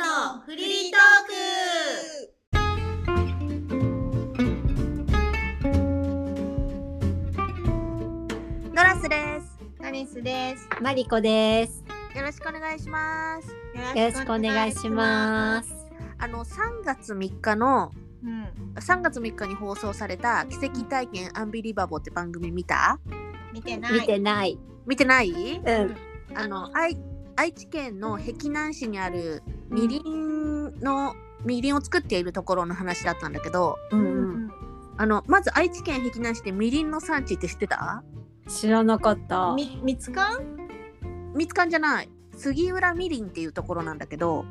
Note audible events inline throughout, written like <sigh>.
のフリートークドラスです。タリスです。マリコです。よろしくお願いします。よろしくお願いします。あの3月3日のす。うん。 3月3日に放送された奇跡体験アンビリバボーって番組見た？見てない。見てない。見てない？うん。あの愛愛知県の碧南市にあるみりんのみりんを作っているところの話だったんだけど、ううんんあのまず愛知県碧南市ってみりんの産地って知ってた？知らなかうっん。た。み、みつかん。三つかんじゃない。杉浦みりんっていうところなんだけ <laughs> ど、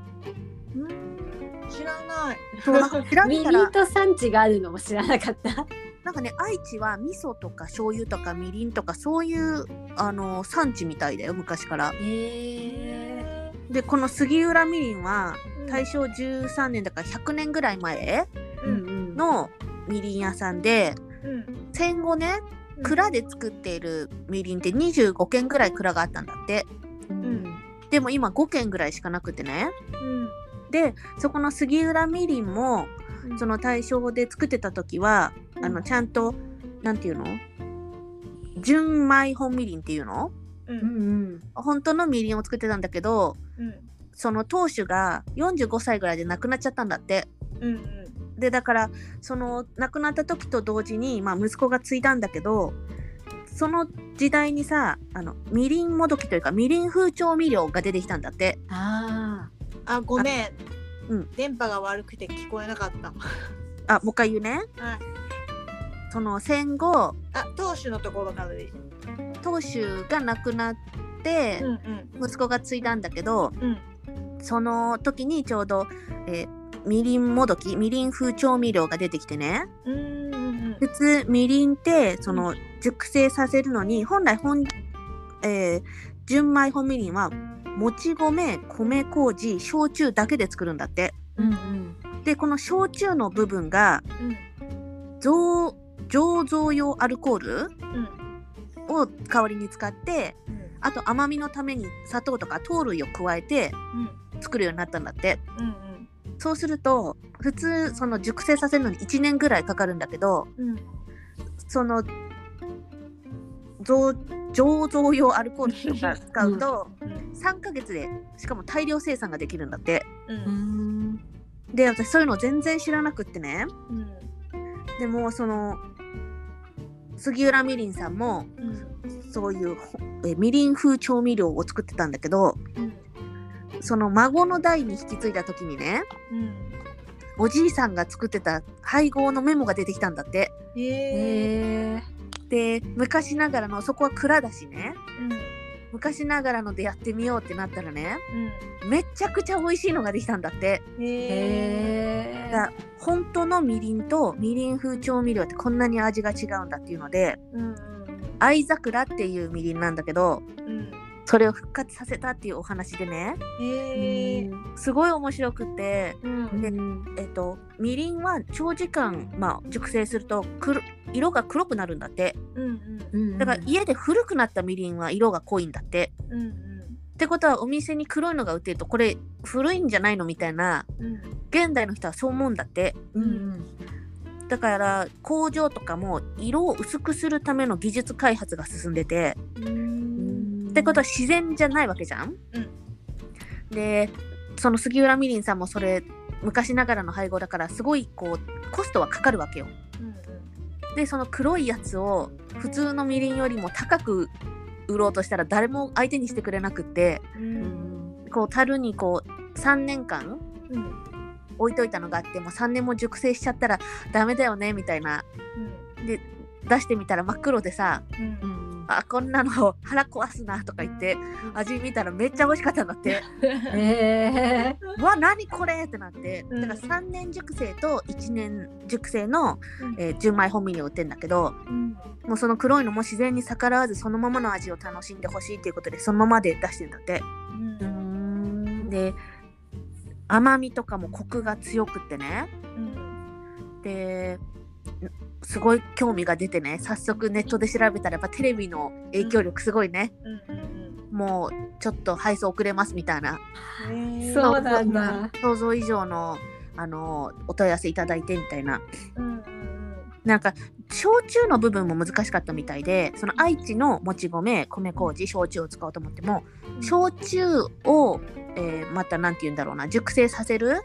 知らない。そうなんか調ミべニたらート産地があるのも知らなかった。なんかね愛知は味噌とか醤油とかみりんとかそういうあの産地みたいだよ昔から。ええ。でこの杉浦みりんは大使。正13年だから100年ぐらい前うんうん。のみりん屋さんでうん。戦後ね蔵で作っているみりんって25軒ぐらい蔵があったんだってうん。でも今5軒ぐらいしかなくてねうん。でそこの杉浦みりんもうんそ。の大正で作ってた時はあうのんちゃんとなんていうの純米本みりんっていうのう。うんん本当のみりんを作ってたんだけどうん。その当主が45歳ぐらいで亡くなっちゃったんだってうん。でだからその亡くなった時と同時に、まあ、息子が継いだんだけどその時代にさあのみりんもどきというかみりん風調味料が出てきたんだってうん。ああ。あ、ごめん。うん。電波が悪くて聞こえなかった。あもう一回言うねはい。その戦後あ、当主のところからで。当主が亡くなってうん。うん。息子が継いだんだけどうん。その時にちょうど、えーみりんもどきみりん風調味料が出てきてねうん。うん。普通みりんってその熟成させるのに本来本、えー純米本みりんはもち米米麹焼酎だけで作るんだってうんうん。でこの焼酎の部分がうん。増醸造用アルコールうん。を代わりに使ってうん。あと甘みのために砂糖とか糖類を加えてうん。作るようになったんだってうん。そうすると普通その熟成させるのに1年ぐらいかかるんだけどうん。その増醸造用アルコールっていうのが使うと、うん。 3ヶ月でしかも大量生産ができるんだってう。うんん。で私そういうの全然知らなくってねうん。でもその杉浦みりんさんもうん。そういうほえみりん風調味料を作ってたんだけどその孫の代に引き継いだ時にねうん。おじいさんが作ってた配合のメモが出てきたんだってへえ。ええ。で昔ながらのそこは蔵だしねうん。昔ながらのでやってみようってなったらねうん。めちゃくちゃ美味しいのができたんだってへえ。ええだ。本当のみりんとみりん風調味料ってこんなに味が違うんだっていうのでうん藍桜っていうみりんなんだけどうんそれを復活させたっていうお話でねうん。へえ。すごい面白くて、うんううんん。えっと、みりんは長時間、まあ、熟成すると黒色が黒くなるんだってうんうん。だから家で古くなったみりんは色が濃いんだって。うんってことはお店に黒いのが売ってるとこれ古いんじゃないのみたいなうん現代の人はそう思うんだって。うんうん。だから工場とかも色を薄くするための技術開発が進んでて、うんううんん。ってことは自然じゃないわけじゃん。うんでその杉浦みりんさんもそれ昔ながらの配合だからすごいこうコストはかかるわけよ。でその黒いやつを普通のみりんよりも高く売ろうとしたら誰も相手にしてくれなくってうんううんん。こう樽にこう3年間うん置いといたのがあってもう3年も熟成しちゃったらダメだよねみたいなで出してみたら真っ黒でさうんううんん。あこんなの <laughs> 腹壊すなとか言って味見たらめっちゃ美味しかったんだってええ。うわ何これってなってうんだから3年熟成と1年熟成の、えー純米本味料売ってんだけどうんもうその黒いのも自然に逆らわずそのままの味を楽しんでほしいっていうことでそのままで出してんだってうんうん。で甘みとかもコクが強くってねですごい興味が出てね早速ネットで調べたらやっぱテレビの影響力すごいね、うんうんもうちょっと配送遅れますみたいなねそうなんだ。想像以上のあのお問い合わせいただいてみたいなうんうんなんか焼酎の部分も難しかったみたいでその愛知のもち米米麹焼酎を使おうと思ってもうん焼酎を、えーまた何て言うんだろうな熟成させるうん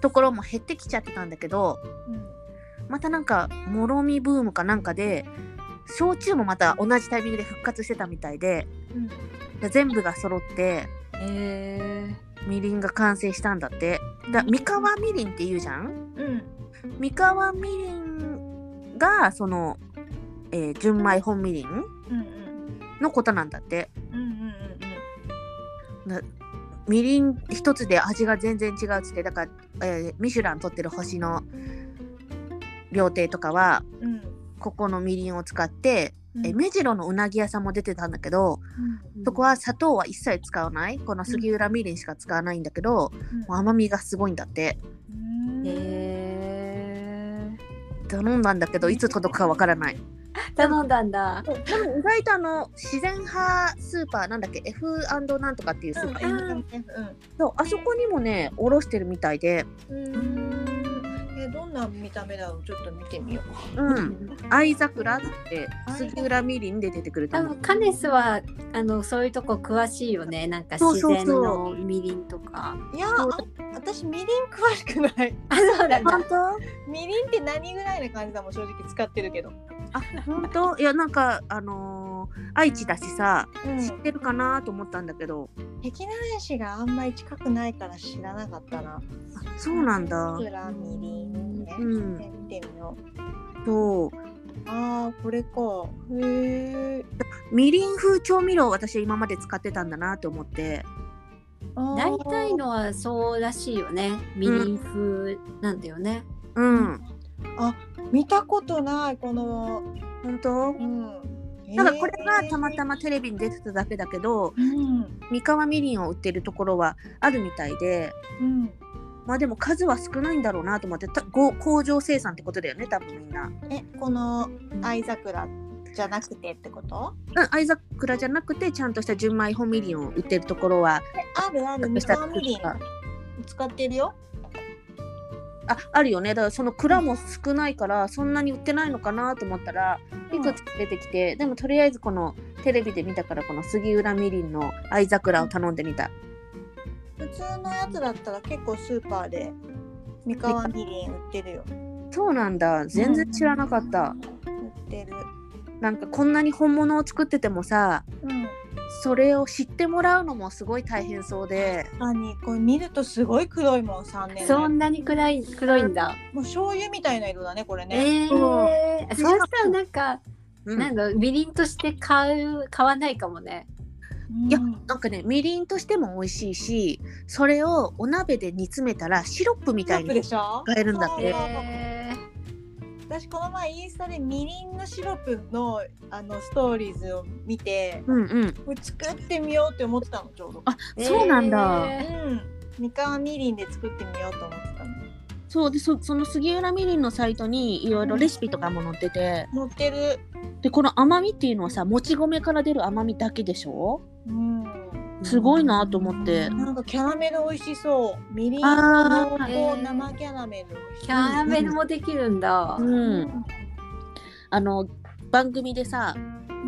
ところも減ってきちゃってたんだけどうんまたなんかもろみブームかなんかで焼酎もまた同じタイミングで復活してたみたいでうん全部が揃ってえみりんが完成したんだってだ三河みりんって言うじゃんうん三河みりんがその、えー純米本みりんうんうんのことなんだってうんうんうんみりん一つで味が全然違うっつってだから、えーミシュラン取ってる星の料亭とかはうんここのみりんを使って、うんえー目白のうなぎ屋さんも出てたんだけど、うんそこは砂糖は一切使わないこの杉浦みりんしか使わないんだけど、もう甘みがすごいんだってうんえ頼んだんだけどいつ届くかわからない頼んだんだ。でも意外とあの自然派スーパーなんだっけ F& なんとかっていうスーパー、そうあそこにもねおろしてるみたいで、うんうんえどんな見た目だろうちょっと見てみようん、藍桜って杉浦みりんで出てくると多思う分カネスはあのそういうとこ詳しいよね。なんかそう自そうそう然のみりんとか。ういやあ私みりん詳しくないあそうなんだ。当 <laughs> みりんって何ぐらいな感じだもん正直使ってるけど本当いやなんかあのー愛知だしさうん知ってるかなと思ったんだけど、碧南市があんまり近くないから知らなかったな。あそうなんだいくらみりんね。うんね見てみよう。そうああ、これか。へえ。みりん風調味料を私は今まで使ってたんだなと思ってあー大体。のはそうらしいよね。みりん風なんだよね。うん見たことない、この。本当うん。なんかこれがたまたま。まテレビに出てただけだけどうん。三河みりんを売ってるところはあるみたいでうん。まあでも数は少ないんだろうなと思ってたご工場生産ってことだよね多分みんな。え、この愛桜じゃなくてってこと。うん、藍桜じゃなくてちゃんとした純米本みりんを売ってるところはえあるある、ちょっとみしたかみりん。使ってるよ。ああるよねだからその蔵も少ないからそんなに売ってないのかなと思ったらいくつか出てきて、でもとりあえずこのテレビで見たからこの杉浦みりんの藍桜を頼んでみた普通のやつだったら、結構スーパーで。三河みりん売ってるよ。そうなんだ全然知らなかった、売ってる。なんかこんなに本物を作っててもさうん。それを知ってもらうのもすごい大変そうで何これ見るとすごい黒いもん3年そんなに暗い黒いんだ。もう醤油みたいな色だねこれね、ええそうー。そうしたらなんか、うんなんだろうみりんとして買う買わないかもね。うんいやなんかねみりんとしても美味しいしそれをお鍋で煮詰めたらシロップみシロたいップにでしょ使えるんだってそうえ私この前インスタでみりんのシロップのあのストーリーズを見てうんうんこれ作ってみようって思ってたのちょうどあそうなんだうんみかんみりんで作ってみようと思ってたのそうでそその杉浦みりんのサイトにいろいろレシピとかも載ってて、乗ってるでこの甘みっていうのはさもち米から出る甘みだけでしょうんすごいなと思ってなんかキャラメル美味しそうみりんあ濃ー厚生キャラメルキャラメルもできるんだ。う美味しいんあの番組でさ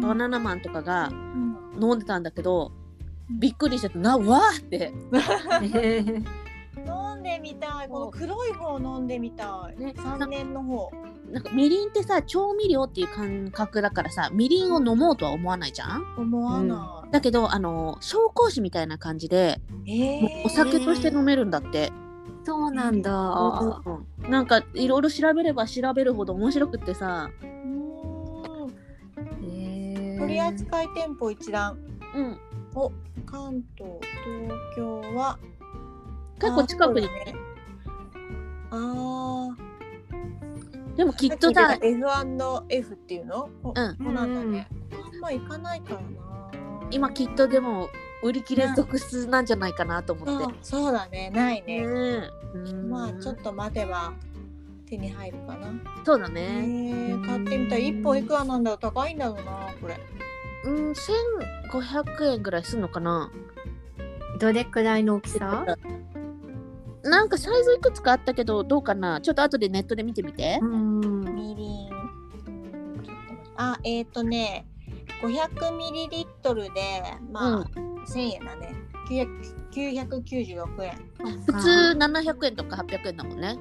バナナマンとかがうん飲んでたんだけどびっくりしてたなうわーってえー飲んでみたいこの黒い方飲んでみたい、ね3年の方なんかみりんってさ調味料っていう感覚だからさみりんを飲もうとは思わないじゃん思わなだけどあの紹興酒みたいな感じでい、えーお酒として飲めるんだって、そうなんだ。うんなんかいろいろ調べれば調べるほど面白くってさうーんえ取扱店舗一覧うんお関東東京は結構近くにあそうだねでもあきっとさ F&F っていうのうんそうなんだねあんま行かないからな今きっとでも売り切れ続出なんじゃないかなと思そっうて。そうだねないねね、えまあちょっと待てば手に入るかなそうだえね。ー、買ってみたい1本いくらなんだろう高いんだろうなこれうん、1500円ぐらいするのかなどれくらいの大きさなんかサイズいくつかあったけどどうかなちょっと後でネットで見てみてうん。みりん。うんちょっと待ってあ、えっ、ー、とね、500ミリリットルで、まあ、うん1000円だね。900 996円。普通700円とか800円だもんね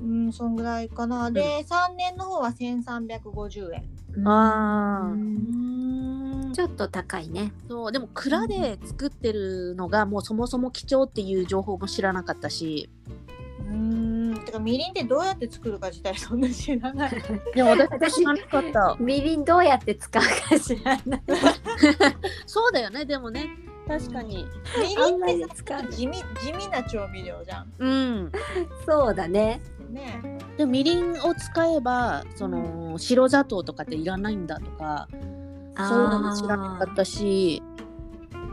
うん、そんぐらいかな。で、3年の方は1350円。あうんちょっと高いね。そうでも蔵で作ってるのがもうそもそも貴重っていう情報も知らなかったしうん。てか、みりんってどうやって作るか自体そんな知らない。でも私なかったみりんどうやって使うか知らない。そうだよねでもね確かにみ <laughs> あんまりんりって使わさない地味地味な調味料じゃん。うんそうだね。ね。でもみりんを使えばその白砂糖とかっていらないんだとかそういうのも知らなかったし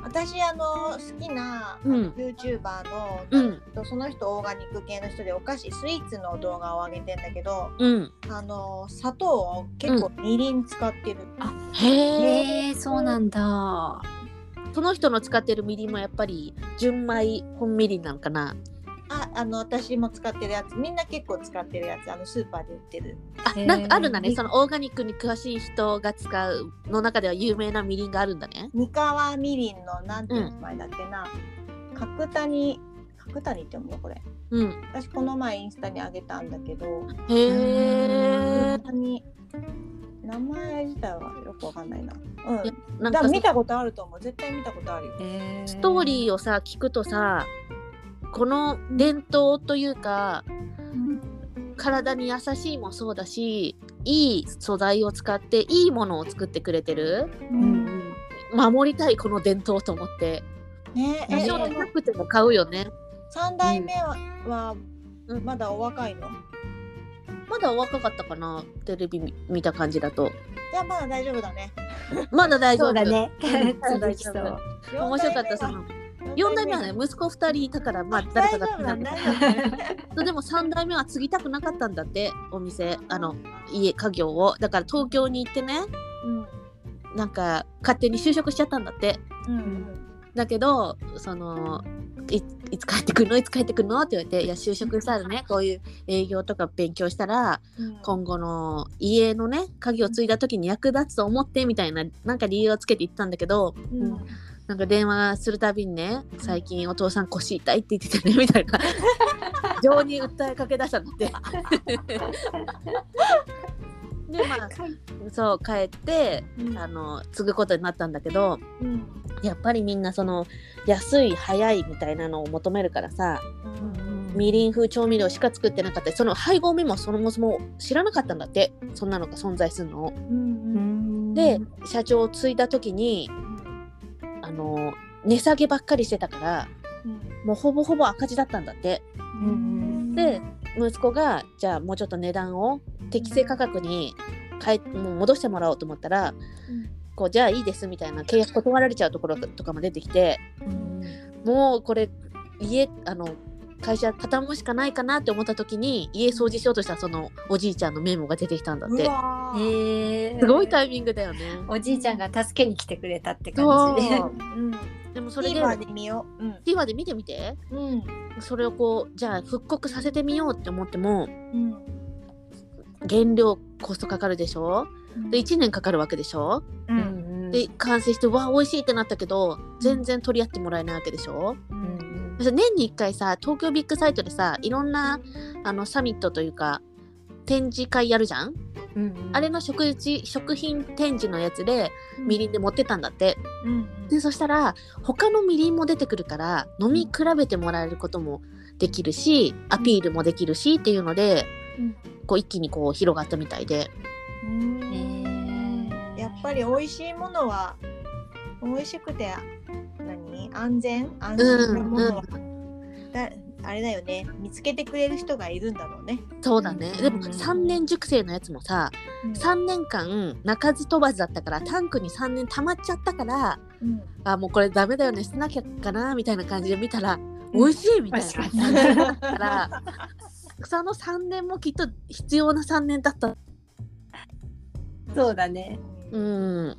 私あの好きな、うん YouTuber の、うんその人オーガニック系の人でお菓子スイーツの動画を上げてんだけどうんあの砂糖を結構みりん使ってる、あーへえへえ、そうなんだ。その人の使ってるみりんもやっぱり純米本みりんなのかなああの私も使ってるやつみんな結構使ってるやつあのスーパーで売ってるあへーなんかあるんだねそのオーガニックに詳しい人が使うの中では有名なみりんがあるんだね三河みりんのなんていう名前だっけな、角谷角谷って読むのこれうん私この前インスタに上げたんだけどへえ本当に名前自体はよくわかんないなうんいやなんかだからさ見たことあると思う絶対見たことあるよストーリー。ーをさ聞くとさこの伝統というか体に優しいもそうだしいい素材を使っていいものを作ってくれてるううんん守りたいこの伝統と思ってねえ多え少高くても買うよね3代目は,、はうんまだお若いのまだお若かったかなテレビ見見た感じだとじゃあまだ大丈夫だねまだ大丈そ夫うだね。 <laughs> うん続きそう。面白かったその4代目はね息子2人いたからまあ誰かが継いだだんだ大丈夫だねけどでも3代目は継ぎたくなかったんだってお店あの家家業をだから東京に行ってねうんなんか勝手に就職しちゃったんだってうんうんだけどそのいいつ帰ってくるのいつ帰ってくるのって言われていや就職したらねこういう営業とか勉強したらうん今後の家のね鍵を継いだ時に役立つと思ってみたいななんか理由をつけて言ったんだけどうんなんか電話するたびにね最近お父さん腰痛いって言ってたねみた <laughs> いな情に訴えかけ出したんだってでまあそう帰ってうんあの継ぐことになったんだけどうんやっぱりみんなその安い早いみたいなのを求めるからさみりん風調味料しか作ってなかったりその配合目もそもそも知らなかったんだってそんなのが存在するのを。うんうんんで社長を継いだ時にあの値下げばっかりしてたからもうほぼほぼ赤字だったんだって。うんで息子がじゃあもうちょっと値段を適正価格に変えもう戻してもらおうと思ったらこうじゃあいいですみたいな契約断られちゃうところとかも出てきてもうこれ家あの会社畳むしかないかなって思った時に家掃除しようとしたそのおじいちゃんのメモが出てきたんだっうてわーへえ。すごいタイミングだよね。おじいちゃんが助けに来てくれたってそ感じ。うんでもそれで TVer で見よう TVer で見てみてうんそれをこうじゃあ復刻させてみようって思ってもうん原料コストかかるでしょうんで1年かかるわけでしょううんんで完成してわあ美味しいってなったけど全然取り合ってもらえないわけでしょうんそして年に1回さ東京ビッグサイトでさいろんなあのサミットというか展示会やるじゃん、うんあれの食事食品展示のやつでみりんで持ってたんだってうんでそしたら他のみりんも出てくるから飲み比べてもらえることもできるしアピールもできるしっていうのでうんこう一気にこう広がったみたいでうんうへんーやっぱり美味しいものは美味しくて何安全安心なものは、だあれだよね見つけてくれる人がいるんだろうね。そうだね、でもうん3年熟成のやつもさ3年間鳴かず飛ばずだったからタンクに3年溜まっちゃったからうんあもうこれダメだよね捨てなきゃかなみたいな感じで見たら美味しいみたい美味しな、かうんだから草の3年もきっと必要な3年だったそうだね。うん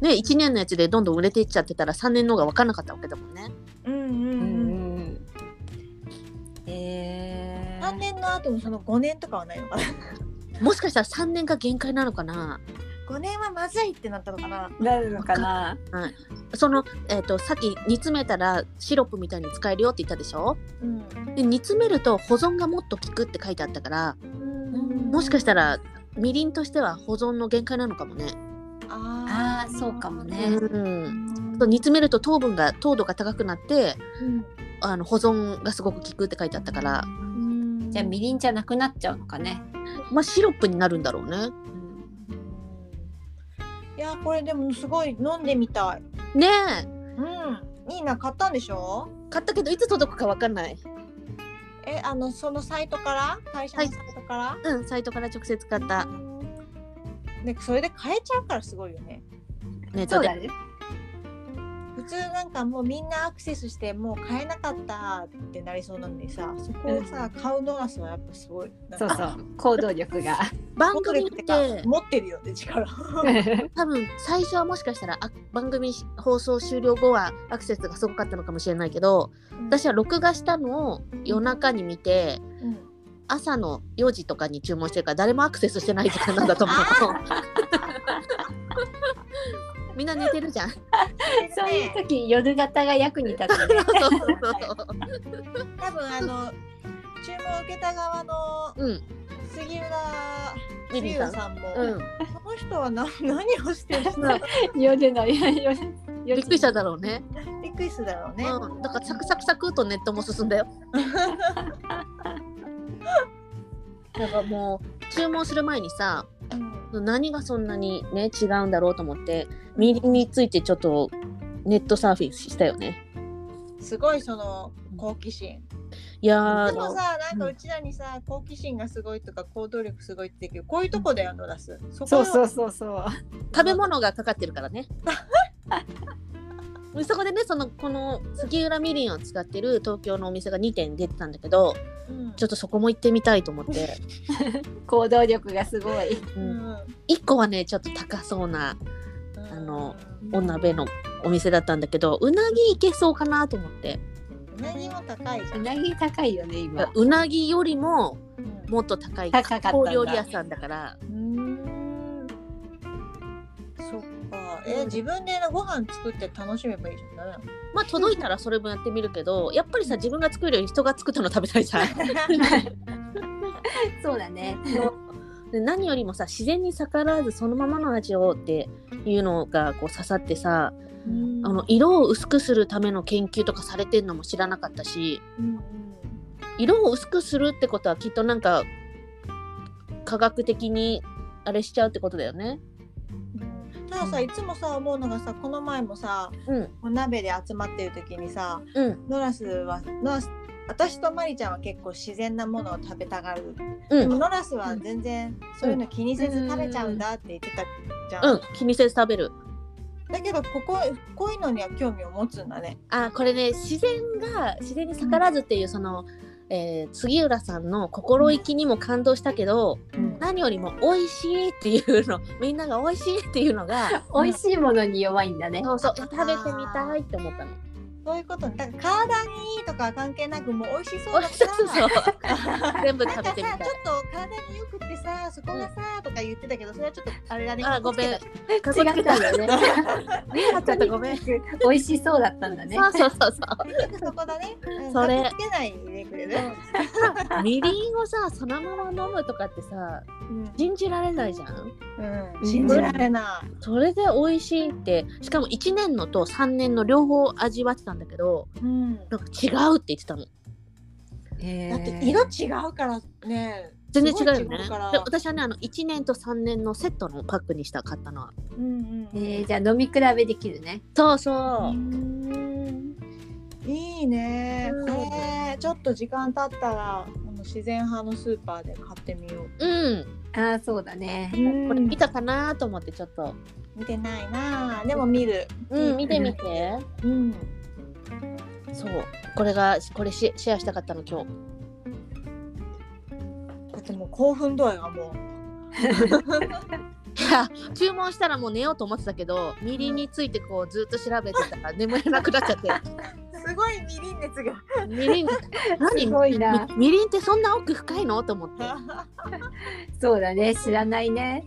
ね、1年のやつでどんどん売れていっちゃってたら3年のが分からなかったわけだもんね。うんうんううんんうんえ3年の後もその5年とかはないのかな <laughs> もしかしたら3年が限界なのかな5年はまずいってなったのかなー、なるのかなその、えー、とさっき煮詰めたらシロップみたいに使えるよって言ったでしょうんで煮詰めると保存がもっと効くって書いてあったからうんもしかしたらみりんとしては保存の限界なのかもね。ああーそうかもねうん、煮詰めると糖分が糖度が高くなってあの保存がすごく効くって書いてあったから、うんじゃあみりんじゃなくなっちゃうのかね、まあ、シロップになるんだろうね。いやこれでもすごい飲んでみたいねうんいいな買ったんでしょえ買ったけどいつ届くか分かんない。えあのそのサイトから会社のサイトから、うんサイトから直接買ったでそれで買えちゃうからすごいよねネットで。ね普通なんかもうみんなアクセスしてもう買えなかったってなりそうなのにさそこをさ、買うのがさやっぱすごいなんそうかそう行動力 <laughs> が番持って組っるっててか持ってるよね <laughs> 力多分最初はもしかしたらあ番組放送終了後はアクセスがすごかったのかもしれないけど私は録画したのを夜中に見てうん朝の4時とかに注文してるから誰もアクセスしてない時間なんだと思う。みんな寝てるじ <laughs> ゃん。そういう時夜型が役に立つそねうそうそうそう。多分あの注文を受けた側のうん。杉浦リリ杉ーさ浦ん。さんも、うん。この人はな何をしてるの <laughs> 夜のいや夜び夜っくりしただろうね。びっくりするだろうね、うん。だからサクサクサクっとネットも進ん <laughs> だよ。だからもう注文する前にさ、うん何がそんなにね違うんだろうと思って、みりんについてちょっとネットサーフィンしたよね。すごいその好奇心いやでーもさなんかうちらにさ、好奇心がすごいとか行動力すごいって言うけどこういうとこだよの出すそこそようそうそうそう食べ物がかかってるから <laughs> ね。そこでねそのこの杉浦みりんを使ってる東京のお店が2店出てたんだけどうんちょっとそこも行ってみたいと思って、行動力がすごいうん1個はねちょっと高そうなあのお鍋のお店だったんだけどうなぎ行けそうかなと思ってうなぎも高いじゃ、うんなぎ高いよね今うなぎよりももっと高い高かったんだ高料理屋さんだからうんそっかえ、自分でご飯作って楽しめばいいじゃんダメなのまあ届いたらそれもやってみるけどやっぱりさ自分が作るより人が作ったの食べたいじゃん。そうだね <laughs> で何よりもさ自然に逆らわずそのままの味をっていうのがこう刺さってさ、あの色を薄くするための研究とかされてんのも知らなかったしうん色を薄くするってことはきっとなんか科学的にあれしちゃうってことだよね。うんたださいつもさ思うのがさこの前もさうんお鍋で集まってる時にさうんノラスはノラス私とマリちゃんは結構自然なものを食べたがるうでもんノラスは全然そういうの気にせず食べちゃうんだって言ってたじゃん、うん気にせず食べる。だけどこここういうのには興味を持つんだねあこれね自然が自然に逆らわずっていうその、えー杉浦さんの心意気にも感動したけど、うん何よりも美味しいっていうの <laughs> みんなが美味しいっていうのが。美味しいものに弱いんだね <laughs> そうそう食べてみたいって思ったの。そういうことねだから体にいいとかは関係なくもう美味しそうだからそうそうそう。 <laughs> 全部なん食かべてさちょみったい。と体によくってさそこがさ、とか言ってたけどそれはちょっとあれだねあごめん。違かったんだよね <laughs> <laughs> 見えなかったごめん。そ美味しそうだったんだねうそうそうそそこ <laughs> だね、うんそれかっこつけないでくれる、う。みりんをさそのまま飲むとかってさうん信じられないじゃん。うん、信じられない、それで美味しいってしかも1年のと3年の両方味わってたんだけどうなんんか違うって言ってたの。だだって色違うからね全然違うよすごいね。からで私はねあの1年と3年のセットのパックにした買ったのは。うんうんえー、じゃあ飲み比べできるね。そうそう。いいね、うんこれちょっと時間経ったらこの自然派のスーパーで買ってみよう、うん。ああそうだね。これ見見たかなと思ってちょっと。てないなあでも見るうん見てみて。うんそうこれがこれシェシェアしたかったの今日だってもう興奮度合いがもういや注文したらもう寝ようと思ってたけどみりんについてこうずっと調べてたら眠れなくなっちゃって <laughs> すごいみりん熱が。みりんすごいな。みみりんってそんな奥深いのと思ってそうだね、知らないね。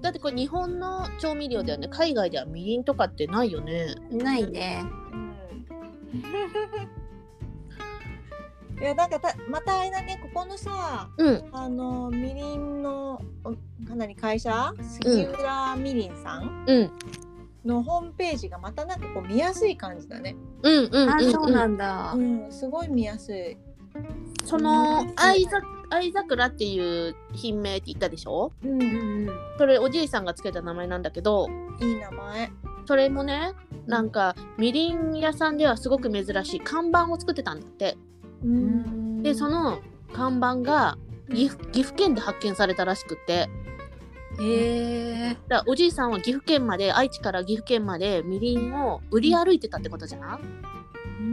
だってこれ日本の調味料だよね海外ではみりんとかってないよねないね。うん <laughs> いやなんかたまたあれだねここのさうんあのみりんのおかなり会社杉浦みりんさんうんのホームページがまたなんかこう見やすい感じだね、うんうんあ、そううん、う、なんんだう。ん、すごい見やすい、その愛ざ愛桜っていう品名って言ったでしょうん、うんうん。それおじいさんがつけた名前なんだけどいい名前それもねなんかみりん屋さんではすごく珍しい看板を作ってたんだってううんんでその看板が岐阜岐阜県で発見されたらしくってへえ。だからおじいさんは岐阜県まで愛知から岐阜県までみりんを売り歩いてたってことじゃない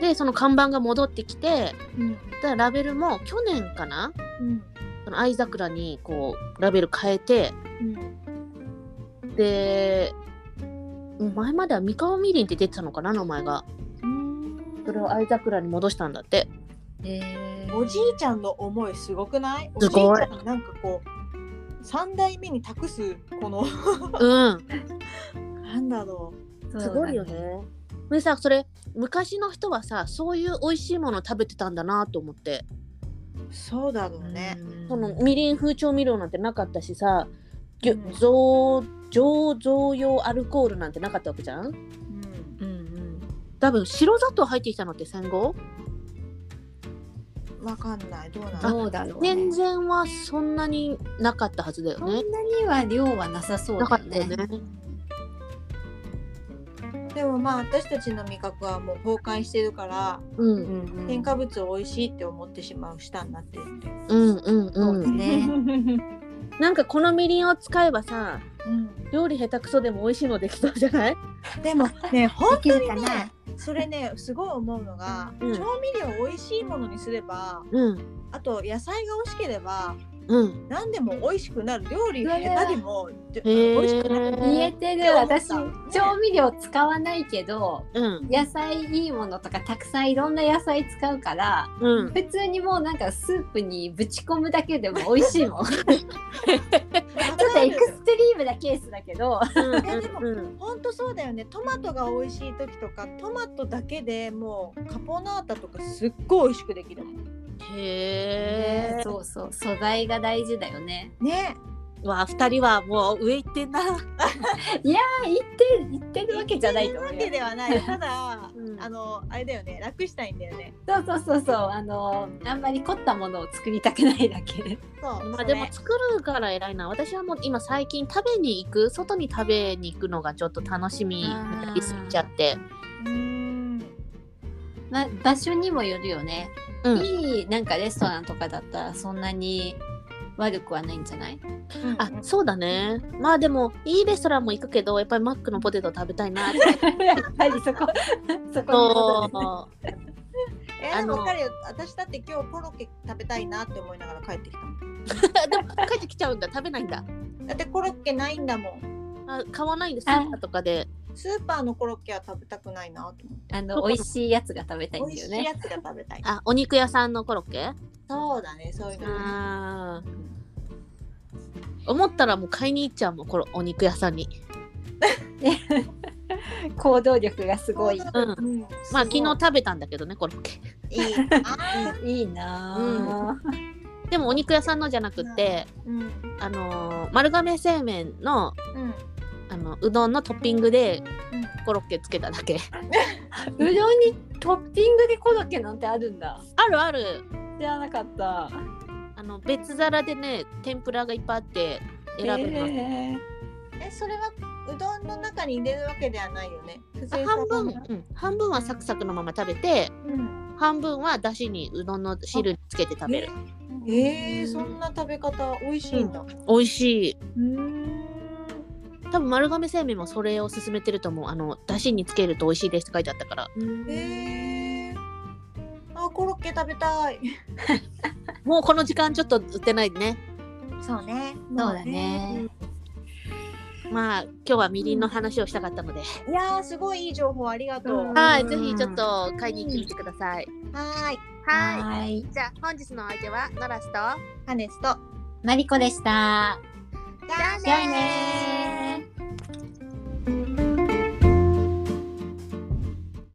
でその看板が戻ってきてうんだからラベルも去年かなうんその愛桜にこうラベル変えてうんで前までは三河みりんって出てたのかな名前がうんそれを愛桜に戻したんだってへえおじいちゃんの思いすごくないすごいおじいちゃんなんかこう三代目に託すこのうんなんだろすごいよね。でさそれ昔の人はさそういう美味しいもの食べてたんだなと思って、うそうだろそううだねね。そのみりん風調味料なんてなかったしさぎょうん醸醸造用アルコールなんてなかったわけじゃんうんうんうん。多分白砂糖入ってきたのって戦後わかんないどうなのどうだろうね。戦前はそんなになかったはずだよそねんなには量はなさそうなかだっよたよねね。でもまあ私たちの味覚はもう崩壊してるからううんんうん添加物を美味しいって思ってしまう舌になってるんで。うんうんそううだんね。 <laughs> なんかこのみりんを使えばさうん料理下手くそでも美味しいのできそうじゃないでもね本当できにるかねそれねすごい思うのが、うん調味料を美味しいものにすればうんあと野菜が美味しければうん何でも美味しくなる料理下手でもじゅへー美味しくなる見えてってる思った私調味料使わないけどうん野菜いいものとかたくさんいろんな野菜使うからうん普通にもうなんかスープにぶち込むだけでも美味しい <laughs> もんちょっとエクストリームなケースだけ <laughs> どえでもうん本当そうだよねトマトが美味しい時とかトマトだけでもうカポナータとかすっごい美味しくできるもんへえ。そうそう素材が大事だよねねわあ、二人はもう上行ってんな。あ言って言ってるわけじゃないと思うわよけではない <laughs> ただ、うんあのあれだよね楽したいんだよねそうそうそうそうあのあんまり凝ったものを作りたくないだけそうまそあ、れでも作るから偉いな。私はもう今最近食べに行く、外に食べに行くのがちょっと楽しみになりすぎちゃって。うーんまあ場所にもよるよね、うん。いいなんかレストランとかだったらそんなに悪くはないんじゃないあ、そうだね。まあでも、いいレストランも行くけど、やっぱりマックのポテト食べたい <laughs> なって。 <laughs> やっぱりそ <laughs> こ、そこそえあー、のわかるよ私だって今日コロッケ食べたいなって思いながら帰ってきたもうんでも、帰ってきちゃうんだ。食べないんだ。だってコロッケないんだもんあ買わないんです。スーパーとかで。スーパーのコロッケは食べたくないなと思あの美味しいやつが食べたいんって美だよ味しいね。やつが食べたいあ、お肉屋さんのコロッケそうだねそういうのねあー思ったらもう買いに行っちゃうもん、このお肉屋さんに。行動力がすごい。うんんまあ昨すごい日食べたんだけどねコロッケいい。あいいなぁ。でもお肉屋さんのじゃなくて、うん。うん。あのー丸亀製麺のあのうどんのトッピングでコロッケつけただけ <laughs> うどんにトッピングでコロッケなんてあるんだ。あるある知らなかった。あの別皿でね天ぷらがいっぱいあって選べます、ええ、それはうどんの中に入れるわけではないよね。普あ通に半分、うん、半分はサクサクのまま食べてうん。半分はだしにうどんの汁につけて食べるえー、そんな食べ方美味しいんだ。美味しいうん。多分丸亀製麺もそれを勧めてると思うあのだしにつけると美味しいですって書いてあったからえー。あ、コロッケ食べたい。もうこの時間ちょっと売ってないねそうね。そうだね。まあ今日はみりんの話をしたかったので、いやーすごいいい情報ありがとう。うんははいぜひちょっと買いに行ってみてください、ーい。はいはい。じゃあ本日のお相手はノラスとハネスと。マリコでした。じゃあじゃあねー。